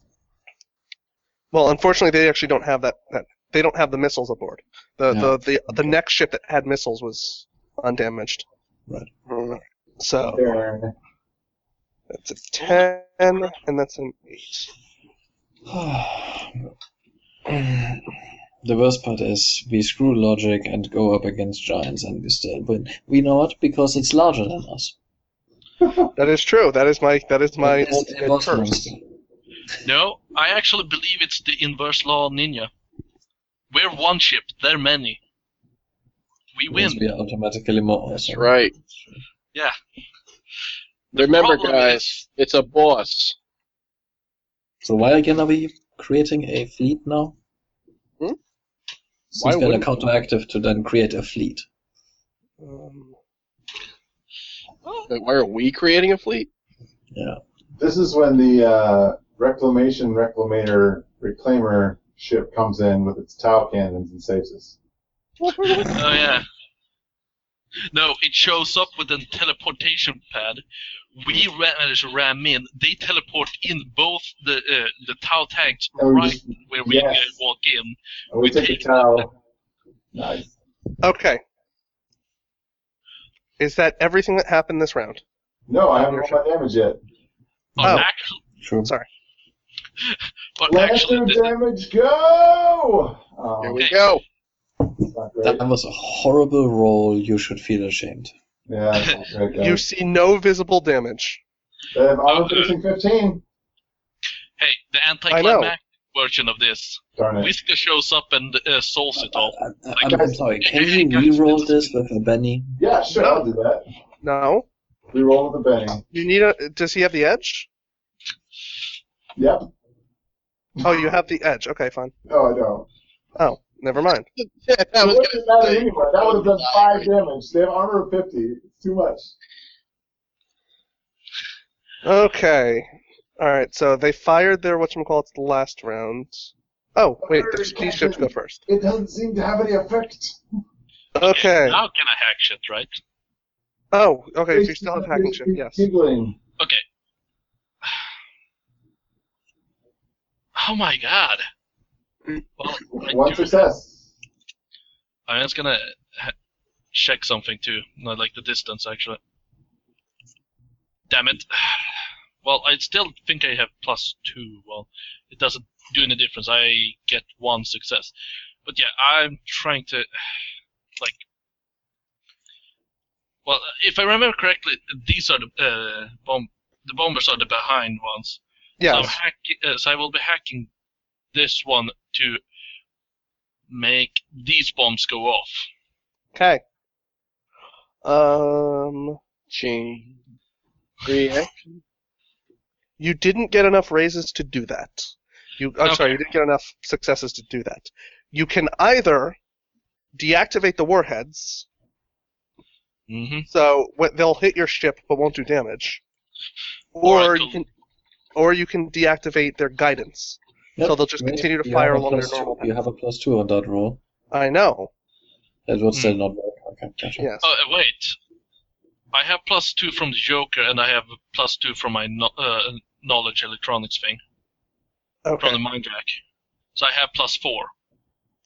Speaker 2: Well, unfortunately, they actually don't have that. that they don't have the missiles aboard. The
Speaker 4: No.
Speaker 2: the, the the next ship that had missiles was undamaged.
Speaker 4: Right.
Speaker 2: Alright, So
Speaker 6: Darn.
Speaker 2: that's a ten, and that's an eight.
Speaker 4: The worst part is we screw logic and go up against giants and we still win. We know it because it's larger than us.
Speaker 2: That is true. That is my that is my
Speaker 4: It's the
Speaker 2: ultimate
Speaker 4: boss
Speaker 2: curse.
Speaker 4: monster.
Speaker 3: No, I actually believe it's the inverse law ninja. We're one ship, they're many. We
Speaker 4: Means
Speaker 3: win.
Speaker 4: We are automatically more
Speaker 8: That's
Speaker 4: awesome.
Speaker 8: right.
Speaker 3: Yeah.
Speaker 8: Remember,
Speaker 3: problem
Speaker 8: guys, it's a boss.
Speaker 4: So why again are we creating a fleet now?
Speaker 8: Hmm? Why
Speaker 4: Seems kind of
Speaker 8: wouldn't
Speaker 4: counteractive to then create a fleet.
Speaker 2: Um,
Speaker 8: But why are we creating a fleet?
Speaker 4: Yeah.
Speaker 6: This is when the uh, reclamation reclamator reclaimer ship comes in with its tow cannons and saves us.
Speaker 3: Oh yeah. No, it shows up with a teleportation pad. We ra- manage to ram in. They teleport in both the uh, the Tau tanks
Speaker 6: And we
Speaker 3: right
Speaker 6: just-
Speaker 3: where we
Speaker 6: yes.
Speaker 3: uh, walk in.
Speaker 6: And
Speaker 3: We
Speaker 6: we take the
Speaker 3: take
Speaker 6: tow. Nice.
Speaker 2: okay. Is that everything that happened this round?
Speaker 6: No, I haven't rolled my damage yet.
Speaker 3: Oh.
Speaker 2: Oh.
Speaker 3: Actually,
Speaker 4: True.
Speaker 2: Sorry.
Speaker 3: But
Speaker 6: Lasso
Speaker 3: actually, the-
Speaker 6: damage, go! Oh,
Speaker 5: Here we go.
Speaker 6: that's not great.
Speaker 4: That was a horrible roll. You should feel ashamed.
Speaker 6: Yeah, that's not great,
Speaker 2: (laughs) You
Speaker 6: guys.
Speaker 2: see no visible damage.
Speaker 6: They have armor piercing 15.
Speaker 3: hey, the
Speaker 2: I know.
Speaker 3: anticlimactic version of this.
Speaker 6: Darn it.
Speaker 3: Whisker shows up and uh, solves it all.
Speaker 4: I,
Speaker 3: I
Speaker 4: I'm
Speaker 3: guess-
Speaker 4: sorry. Can you re-roll this with a Benny?
Speaker 6: Yeah, sure, I'll do that.
Speaker 2: No.
Speaker 6: Reroll with a bang.
Speaker 2: You need a. Does he have the edge?
Speaker 6: Yep.
Speaker 2: Oh, you have the edge. Okay, fine.
Speaker 6: No, I don't.
Speaker 2: Oh, never mind.
Speaker 8: I was
Speaker 6: It wouldn't have mattered
Speaker 8: say-
Speaker 6: anyway. That would have done five damage. They have armor of 50. It's too much.
Speaker 2: Okay. All right. So they fired their whatchamacallit's last round. Oh wait, the, these ships go first.
Speaker 6: It doesn't seem to have any effect.
Speaker 2: Okay.
Speaker 3: Now can I hack shit, right?
Speaker 2: Oh, okay. So you still have hacking ship. Yes.
Speaker 6: Tinkling.
Speaker 3: Okay. (sighs) Oh my god. Well, I
Speaker 6: One
Speaker 3: do-
Speaker 6: success.
Speaker 3: I'm just gonna ha- check something too. Not like the distance, actually. Damn it. (sighs) Well, I still think I have plus two. Well, it doesn't do any difference. I get one success. But yeah, I'm trying to, (sighs) like. Well, if I remember correctly, these are the uh, bomb. The bombers are the behind ones. So, I'm
Speaker 2: Yes.
Speaker 3: hack- uh, so I will be hacking this one to make these bombs go off.
Speaker 2: Okay. Um.
Speaker 8: Chain.
Speaker 5: Reaction.
Speaker 2: You didn't get enough raises to do that. You, I'm
Speaker 3: Okay.
Speaker 2: sorry, you didn't get enough successes to do that. You can either deactivate the warheads,
Speaker 3: Mm-hmm.
Speaker 2: so wh- they'll hit your ship but won't do damage, or
Speaker 3: Alright,
Speaker 2: you
Speaker 3: cool.
Speaker 2: can, or you can deactivate their guidance. So they'll just
Speaker 4: Yep,
Speaker 2: continue to
Speaker 4: you
Speaker 2: fire
Speaker 4: have a
Speaker 2: along their
Speaker 4: plus two-
Speaker 2: normal path.
Speaker 4: You have a plus two on that roll.
Speaker 2: I know.
Speaker 4: That would
Speaker 2: Mm.
Speaker 4: still not work. Okay, gotcha.
Speaker 2: Yes.
Speaker 3: Oh, uh, wait. I have plus two from the Joker, and I have plus two from my no- uh, knowledge electronics thing from
Speaker 2: Okay.
Speaker 3: the mind jack. So I have plus four.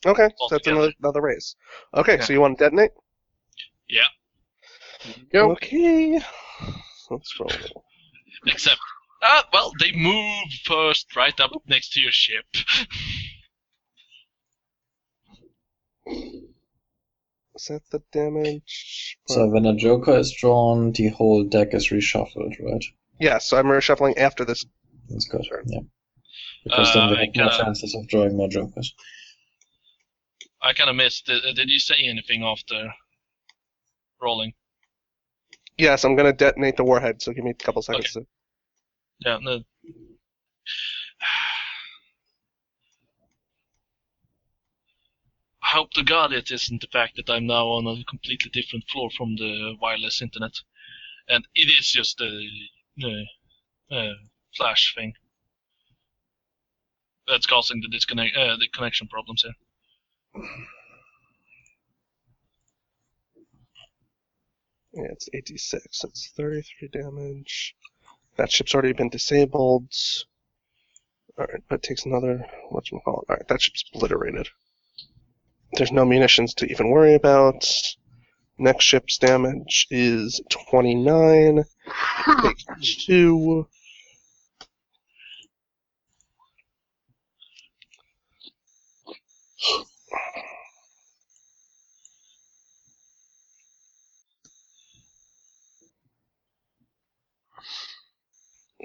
Speaker 2: Okay. So that's
Speaker 3: Altogether.
Speaker 2: another, another raise. Okay.
Speaker 3: Yeah.
Speaker 2: So you want to detonate?
Speaker 3: Yeah.
Speaker 8: Go.
Speaker 2: Okay. Let's roll.
Speaker 3: Except, ah, well, they move first, right up next to your ship. (laughs)
Speaker 2: Is that the damage?
Speaker 4: So when a joker is drawn, the whole deck is reshuffled, right?
Speaker 2: Yeah, so I'm reshuffling after this.
Speaker 4: That's good.
Speaker 2: Sure.
Speaker 4: Yeah. Because
Speaker 3: Uh,
Speaker 4: then we
Speaker 3: I
Speaker 4: have more
Speaker 3: gotta-
Speaker 4: chances of drawing more jokers.
Speaker 3: I kind of missed. It. Uh, Did you say anything after rolling?
Speaker 2: Yes, I'm gonna detonate the warhead, so give me a couple seconds. to-
Speaker 3: Yeah. No. I hope to God it isn't the fact that I'm now on a completely different floor from the wireless internet, and it is just the uh, uh, flash thing that's causing the disconnect, uh, the connection problems here.
Speaker 2: Yeah, it's 86. That's 33 damage. That ship's already been disabled. Alright, that takes another. Whatchamacallit? Alright, that ship's obliterated. There's no munitions to even worry about. Next ship's damage is 29. Takes 2.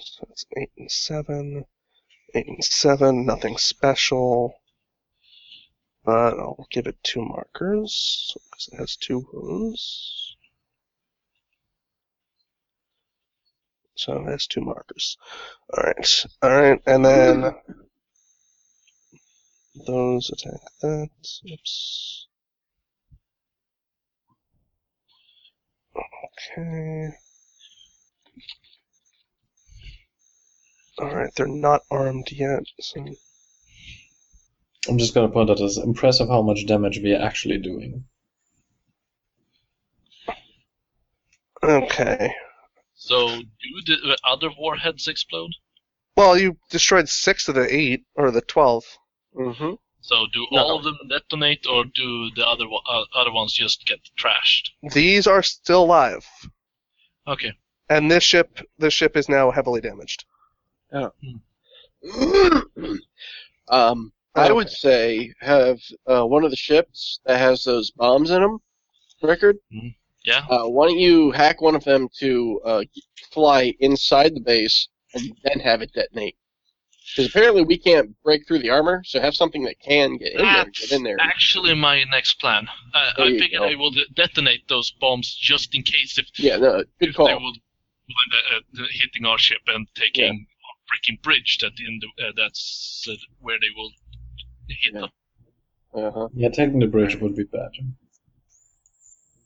Speaker 2: So that's eight and seven. Eight and seven, nothing special. But I'll give it two markers because it has two wounds. So it has two markers. Alright, alright, and then those attack that. Oops. Okay. Alright, they're not armed yet, so
Speaker 4: I'm just gonna point out it's impressive how much damage we are actually doing.
Speaker 2: Okay.
Speaker 3: So do the the other warheads explode?
Speaker 2: Well, you destroyed six of the eight, or the 12 Mm-hmm.
Speaker 3: So do
Speaker 2: No.
Speaker 3: all of them detonate, or do the other one- uh, other ones just get trashed?
Speaker 2: These are still alive,
Speaker 3: Okay.
Speaker 2: and this ship, this ship is now heavily damaged.
Speaker 8: (clears throat) um, I would say have uh, one of the ships that has those bombs in them, Rickard.
Speaker 3: Yeah.
Speaker 8: Uh, why don't you hack one of them to uh, fly inside the base and then have it detonate? Because apparently we can't break through the armor, so have something that can get in there. and Get in there.
Speaker 3: Actually, my next plan. Uh,
Speaker 8: There
Speaker 3: I
Speaker 8: you
Speaker 3: figured
Speaker 8: go.
Speaker 3: I will de- detonate those bombs just in case if
Speaker 8: Yeah, no, good
Speaker 3: they
Speaker 8: call.
Speaker 3: will wind uh, uh, hitting our ship and taking our freaking bridge that in the uh, that's uh, where they will hit them.
Speaker 8: Uh-huh.
Speaker 4: Yeah, taking the bridge would be bad.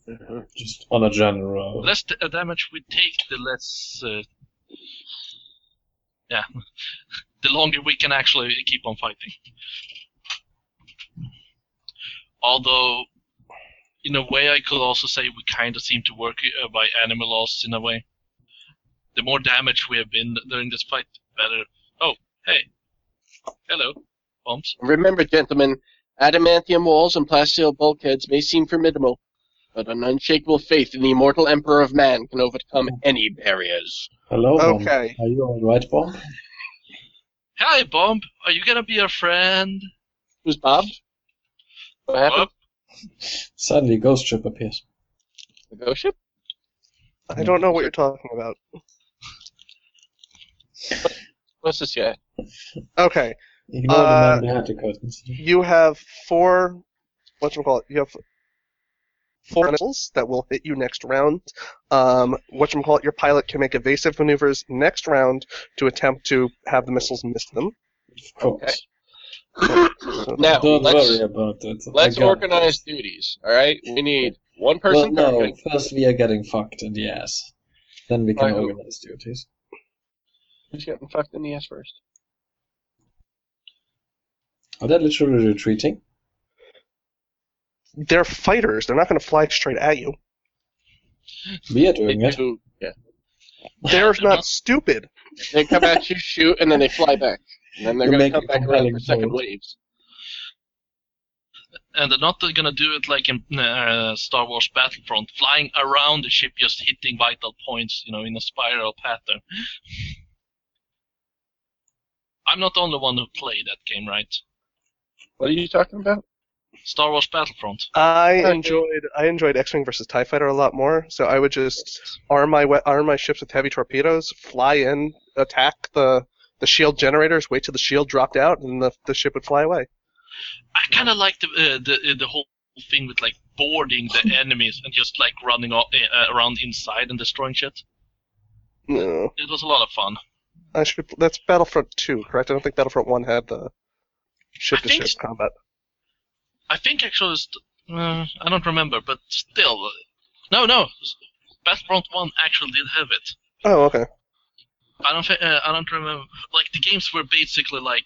Speaker 2: Mm-hmm.
Speaker 4: Just on a general.
Speaker 3: Less t- uh, damage we take, the less. Uh, yeah, (laughs) the longer we can actually keep on fighting. Although, in a way, I could also say we kind of seem to work uh, by animal laws in a way. The more damage we have been during this fight, the better. Oh, hey, hello, bombs.
Speaker 8: Remember, gentlemen, adamantium walls and plasteel bulkheads may seem formidable, but an unshakable faith in the immortal emperor of man can overcome any barriers.
Speaker 4: Hello, Bomb.
Speaker 8: Okay.
Speaker 4: Are you alright, Bomb?
Speaker 3: Hi, bomb. Are you gonna be our friend?
Speaker 8: Who's Bob? What
Speaker 3: Bob?
Speaker 8: happened?
Speaker 4: Suddenly, a ghost ship appears.
Speaker 8: The ghost ship?
Speaker 2: I don't know what you're talking about.
Speaker 8: What's this guy?
Speaker 2: Okay,
Speaker 4: Ignore
Speaker 2: Uh,
Speaker 4: the man behind the curtains.
Speaker 2: you have four. What you call it? You have four missiles that will hit you next round. Um, what you call it? Your pilot can make evasive maneuvers next round to attempt to have the missiles miss them.
Speaker 4: Of course.
Speaker 2: So
Speaker 8: Now,
Speaker 4: Don't worry
Speaker 8: let's,
Speaker 4: about it. I
Speaker 8: let's
Speaker 4: got
Speaker 8: organize duties, alright? We need one
Speaker 4: Well,
Speaker 8: person
Speaker 4: no.
Speaker 8: targeting.
Speaker 4: First, we are getting fucked in the ass. Then we can
Speaker 8: By who?
Speaker 4: organize duties.
Speaker 8: Who's getting fucked in the ass first?
Speaker 4: Are they literally retreating?
Speaker 2: They're fighters. They're not going to fly straight at you.
Speaker 4: We are doing it.
Speaker 8: Who- yeah.
Speaker 2: They're not stupid.
Speaker 8: They come at you, shoot, and then they fly back. And then they're
Speaker 4: You
Speaker 8: going
Speaker 4: make
Speaker 8: to come
Speaker 4: a
Speaker 8: back around
Speaker 4: compelling
Speaker 8: for second
Speaker 4: point.
Speaker 8: waves.
Speaker 3: and they're not gonna do it like in uh, Star Wars Battlefront, flying around the ship, just hitting vital points, you know, in a spiral pattern. I'm not the only one who played that game, right?
Speaker 8: What are you talking about?
Speaker 3: Star Wars Battlefront.
Speaker 2: I
Speaker 8: Okay.
Speaker 2: enjoyed I enjoyed X-wing versus Tie Fighter a lot more. So I would just arm my we- arm my ships with heavy torpedoes, fly in, attack the the shield generators, wait till the shield dropped out, and the the ship would fly away.
Speaker 3: I kind of like the uh, the uh, the whole thing with like boarding
Speaker 8: (laughs)
Speaker 3: the enemies and just like running o- uh, around inside and destroying shit.
Speaker 2: No,
Speaker 3: It was a lot of fun.
Speaker 2: I should. That's Battlefront Two, correct? I don't think Battlefront One had the ship to
Speaker 3: I
Speaker 2: ship
Speaker 3: think-
Speaker 2: combat.
Speaker 3: I think actually, st- uh, I don't remember, but still, uh, no, no, Battlefront One actually did have it.
Speaker 2: Oh, okay.
Speaker 3: I don't. Think, uh, I don't remember. Like the games were basically like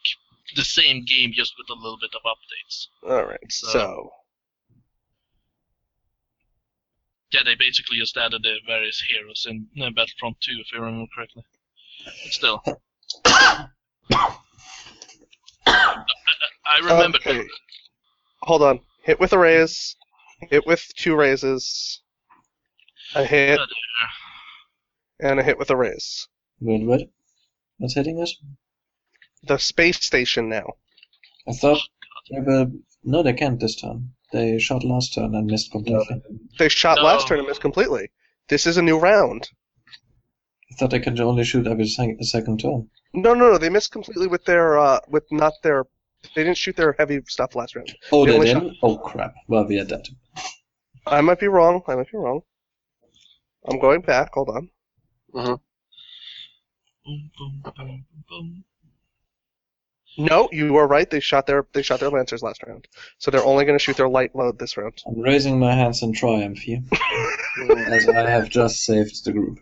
Speaker 3: the same game, just with a little bit of updates.
Speaker 2: All right. So
Speaker 3: Yeah, they basically just added the various heroes in uh, Battlefront 2, if I remember correctly. But still. (coughs) I, I, I remember.
Speaker 2: Okay. Hold on. Hit with a raise. Hit with two raises. A hit and a hit with a raise.
Speaker 4: Wait, wait. What's hitting us?
Speaker 2: The space station now.
Speaker 4: I thought they were. No, they can't this time. They shot last turn and missed completely.
Speaker 2: They shot
Speaker 3: No.
Speaker 2: last turn and missed completely. This is a new round.
Speaker 4: I thought they could only shoot every sec- second turn.
Speaker 2: No, no, no. They missed completely with their uh, with not their. They didn't shoot their heavy stuff last round.
Speaker 4: Oh,
Speaker 2: They
Speaker 4: they
Speaker 2: only
Speaker 4: didn't? Oh, crap. Well, we are dead.
Speaker 2: I might be wrong. I might be wrong. I'm going back. Hold on.
Speaker 4: Uh-huh.
Speaker 3: Boom, boom, boom, boom.
Speaker 2: No, you are right. They shot their they shot their lancers last round, so they're only going to shoot their light load this round.
Speaker 4: I'm raising my hands in triumph
Speaker 8: (laughs)
Speaker 4: here. as I have just saved the group.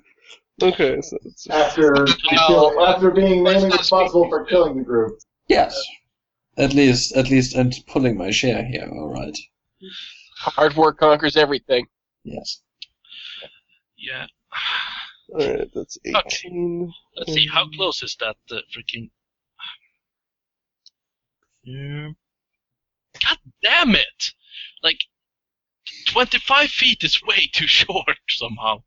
Speaker 2: Okay. So, so-
Speaker 6: After kill, after being mainly responsible for killing the group.
Speaker 4: Yes. At least, at least I'm pulling my share here, alright.
Speaker 8: Hard work conquers everything.
Speaker 4: Yes.
Speaker 3: Yeah.
Speaker 2: all right, that's
Speaker 3: Okay.
Speaker 2: eighteen.
Speaker 3: Let's see, how close is that uh, freaking. Yeah. God damn it! Like, 25 feet is way too (laughs) short somehow.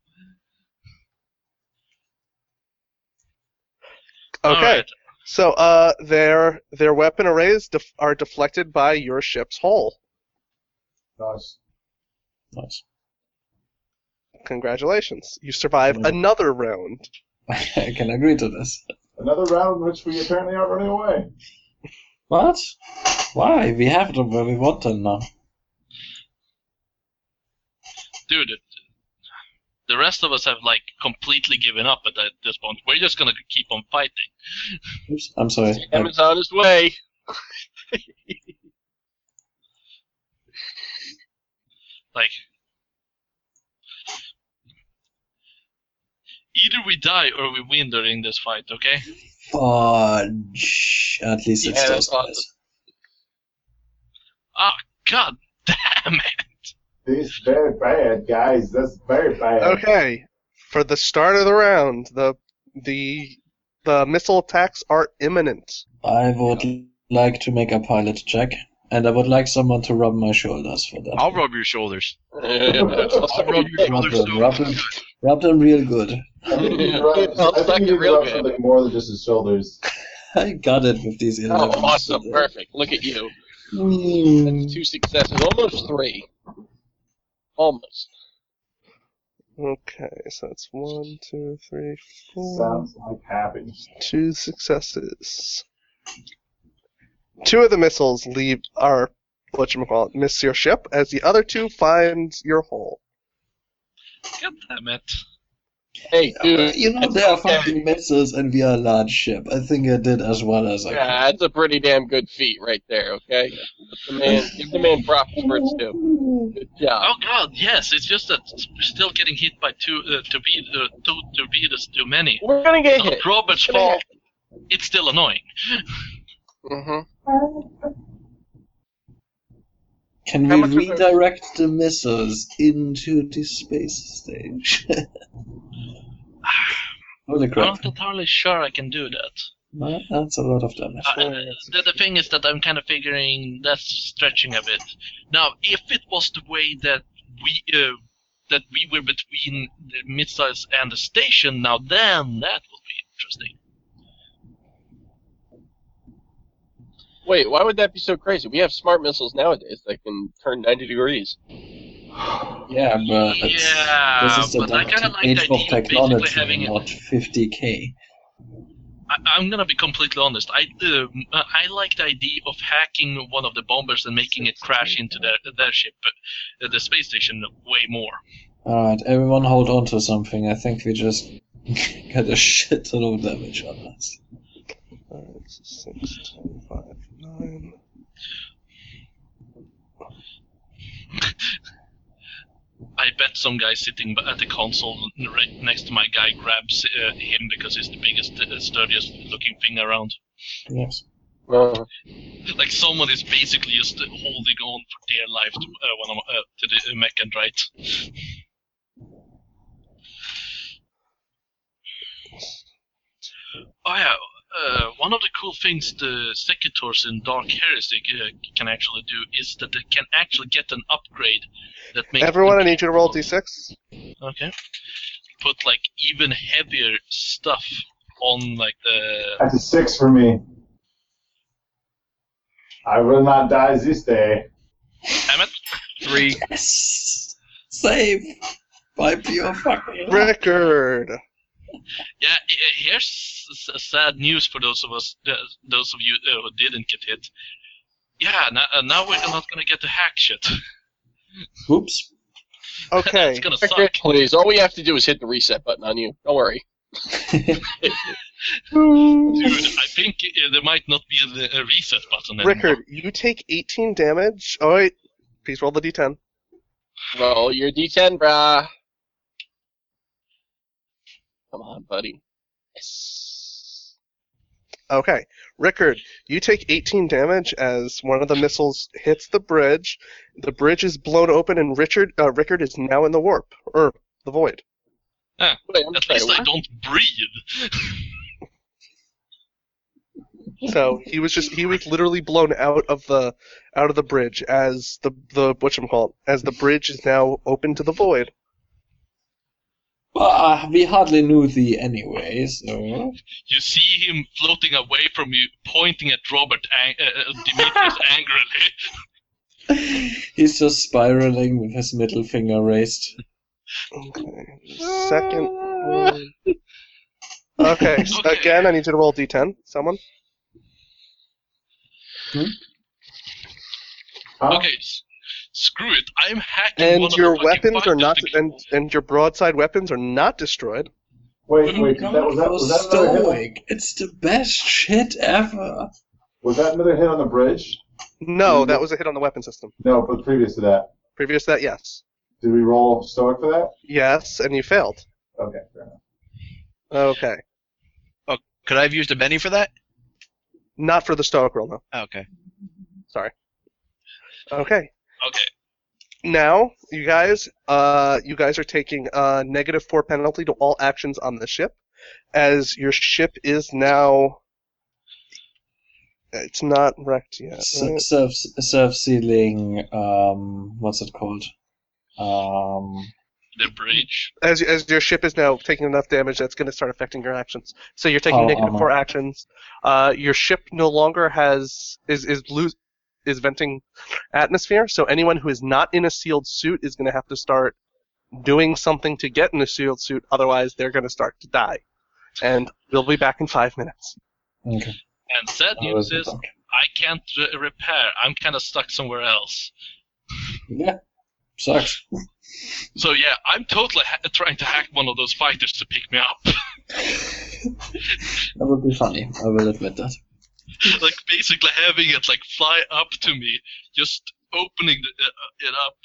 Speaker 2: Okay.
Speaker 3: Alright,
Speaker 2: So uh, their their weapon arrays def- are deflected by your ship's hull.
Speaker 6: Nice.
Speaker 4: Nice. (laughs)
Speaker 2: Congratulations, you survive
Speaker 4: Mm.
Speaker 2: another round.
Speaker 4: I can agree to this.
Speaker 6: Another round in which we apparently are running away.
Speaker 4: What? Why? We have them where we want them now.
Speaker 3: dude. It, the rest of us have like completely given up at that, this point. We're just gonna keep on fighting.
Speaker 4: Oops, I'm sorry. I,
Speaker 8: Amazon his way.
Speaker 3: Like, either we die or we win during this fight. Okay?
Speaker 4: fudge. At least it's
Speaker 8: Yeah,
Speaker 4: those
Speaker 8: that's awesome.
Speaker 4: guys.
Speaker 3: Ah, god (laughs) damn it!
Speaker 6: These very bad guys. That's very bad.
Speaker 2: Okay, for the start of the round, the the the missile attacks are imminent.
Speaker 4: I would like to make a pilot check, and I would like someone to rub my shoulders for that.
Speaker 7: I'll rub your shoulders. I'll rub your
Speaker 8: I'll
Speaker 7: shoulders.
Speaker 4: rub them,
Speaker 7: So
Speaker 4: rub them, rub them real good.
Speaker 6: I think you rub,
Speaker 8: I'll
Speaker 6: I
Speaker 8: suck
Speaker 6: think
Speaker 8: it
Speaker 6: you
Speaker 8: real
Speaker 6: rub
Speaker 8: good.
Speaker 6: something more than just his shoulders.
Speaker 4: I got it with these
Speaker 8: Oh,
Speaker 4: 11.
Speaker 8: awesome. Perfect. Look at you.
Speaker 4: Mm.
Speaker 8: Two successes. Almost three. Almost.
Speaker 2: Okay, so that's one, two, three, four,
Speaker 6: Sounds like happy.
Speaker 2: two successes. Two of the missiles leave our whatchamacallit miss your ship, as the other two find your hole.
Speaker 3: God damn it!
Speaker 8: Hey, dude.
Speaker 4: You know,
Speaker 8: that's
Speaker 4: they are
Speaker 8: okay.
Speaker 4: fucking missiles, and we are a large ship. I think I did as well as I could.
Speaker 8: Yeah, that's a pretty damn good feat right there, okay? Give the man, give the man props for it's due. Good job.
Speaker 3: Oh god, yes. It's just that we're still getting hit by two uh, torpedo, uh, two torpedoes too many.
Speaker 8: We're gonna get
Speaker 3: Not
Speaker 8: hit.
Speaker 3: Robert's
Speaker 8: It's gonna
Speaker 3: fault. It's still annoying.
Speaker 8: hmm
Speaker 4: Can
Speaker 2: How
Speaker 4: we
Speaker 2: much was it?
Speaker 4: redirect the missiles into the space stage? (laughs) Holy
Speaker 3: I'm
Speaker 4: crap.
Speaker 3: not entirely sure I can do that.
Speaker 4: No, that's a lot of damage.
Speaker 3: Uh, the, the thing is that I'm kind of figuring that's stretching a bit. Now, if it was the way that we uh, that we were between the missiles and the station, now then that would be interesting.
Speaker 8: Wait, why would that be so crazy? We have smart missiles nowadays that can turn 90 degrees.
Speaker 4: Yeah, but it's,
Speaker 3: Yeah,
Speaker 4: this is the
Speaker 3: but I kinda
Speaker 4: dark
Speaker 3: like
Speaker 4: age
Speaker 3: the
Speaker 4: of
Speaker 3: idea of basically having
Speaker 4: technology,
Speaker 3: it-
Speaker 4: not 50k.
Speaker 3: I, I'm gonna be completely honest. I uh, I like the idea of hacking one of the bombers and making it crash into their their ship, uh, the space station, way more.
Speaker 4: Alright, everyone hold on to something. I think we just (laughs) got a shitload of damage on us.
Speaker 2: Alright, so six, ten, five, nine.
Speaker 3: I bet some guy sitting b- at the console n- right next to my guy grabs uh, him because he's the biggest, uh, sturdiest looking thing around.
Speaker 4: Yes.
Speaker 8: Uh,
Speaker 3: Like someone is basically just uh, holding on for dear life to uh, one of, uh, to the uh, mech and right. Oh yeah. Uh, one of the cool things the Secutors in Dark Heresy uh, can actually do is that they can actually get an upgrade that makes
Speaker 2: Everyone, I
Speaker 3: them
Speaker 2: need you to roll
Speaker 3: capable-
Speaker 2: d6.
Speaker 3: Okay. Put like even heavier stuff on like the
Speaker 6: That's a six for me. I will not die this day.
Speaker 3: damn it.
Speaker 7: three.
Speaker 4: Yes! Save! By pure fucking luck.
Speaker 2: Record.
Speaker 3: Yeah, i- i- here's s- s- sad news for those of us, th- those of you uh, who didn't get hit. Yeah, now, uh, now we're not gonna get the hack shit. (laughs)
Speaker 4: Oops.
Speaker 2: Okay.
Speaker 3: it's gonna suck.
Speaker 8: Victor, please, all we have to do is hit the reset button on you. Don't worry.
Speaker 3: Dude, I think uh, there might not be a, a reset button anymore.
Speaker 2: Rickard, you take 18 damage. All right, please roll the d10.
Speaker 8: Roll your d10, brah. Come on, buddy. Yes.
Speaker 2: Okay. Rickard, you take 18 damage as one of the missiles hits the bridge. The bridge is blown open, and Richard uh, Rickard is now in the warp or the void.
Speaker 8: Wait, I'm
Speaker 3: At
Speaker 8: sorry,
Speaker 3: least I
Speaker 8: what?
Speaker 3: don't breathe.
Speaker 2: So he was just he was literally blown out of the out of the bridge as the the whatchamacallit, as the bridge is now open to the void.
Speaker 4: Well, uh, we hardly knew thee anyway, so.
Speaker 3: You see him floating away from you, pointing at Robert ang- uh, uh, Demetrius angrily.
Speaker 4: He's just spiraling with his middle finger raised.
Speaker 2: Okay. Second one. Okay. s- Again, I need you to roll d10. Someone.
Speaker 3: Okay, s- screw it. I'm hacking
Speaker 2: And
Speaker 3: one
Speaker 2: your
Speaker 3: of the fucking
Speaker 2: weapons are not,
Speaker 3: fighters.
Speaker 2: and and your broadside weapons are not destroyed.
Speaker 6: Wait, wait. That was that.
Speaker 4: Oh,
Speaker 6: Was that another hit?
Speaker 4: stoic. It's the best shit ever.
Speaker 6: Was that another hit on the bridge?
Speaker 2: No, that was a hit on the weapon system.
Speaker 6: No, but previous to that,
Speaker 2: Previous to that, yes,
Speaker 6: did we roll stoic for that?
Speaker 2: yes, and you failed.
Speaker 6: Okay, fair enough.
Speaker 2: Okay.
Speaker 7: Could I have used a Benny for that?
Speaker 2: Not for the stoic roll, no.
Speaker 7: Okay.
Speaker 2: Sorry. Okay.
Speaker 3: Okay.
Speaker 2: Now, you guys, uh, you guys are taking a negative four penalty to all actions on the ship, as your ship is now. It's not wrecked yet. right?
Speaker 4: Self self sealing. Um, what's it called? Um,
Speaker 3: The bridge.
Speaker 2: As as your ship is now taking enough damage, that's going to start affecting your actions. So you're taking
Speaker 4: Oh,
Speaker 2: negative
Speaker 4: um,
Speaker 2: four actions. Uh, your ship no longer has is is lo- is venting atmosphere. So anyone who is not in a sealed suit is going to have to start doing something to get in a sealed suit. Otherwise, they're going to start to die. And we'll be back in five minutes.
Speaker 4: okay.
Speaker 3: And sad
Speaker 4: I
Speaker 3: news
Speaker 4: wasn't
Speaker 3: is,
Speaker 4: talking.
Speaker 3: I can't re- repair. I'm kind of stuck somewhere else.
Speaker 4: Yeah, sucks.
Speaker 3: So yeah, I'm totally ha- trying to hack one of those fighters to pick me up. (laughs)
Speaker 4: That would be funny. I will admit that.
Speaker 3: like basically having it like fly up to me, just opening the, uh, it up,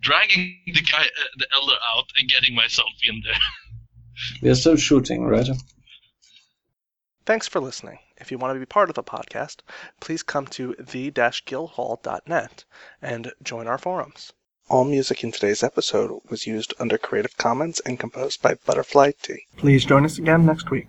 Speaker 3: dragging the guy, uh, the elder out, and getting myself in there.
Speaker 4: We are still shooting, right?
Speaker 2: Thanks for listening. If you want to be part of the podcast, please come to the-guildhall.net and join our forums. All music in today's episode was used under Creative Commons and composed by Butterfly T.
Speaker 1: Please join us again next week.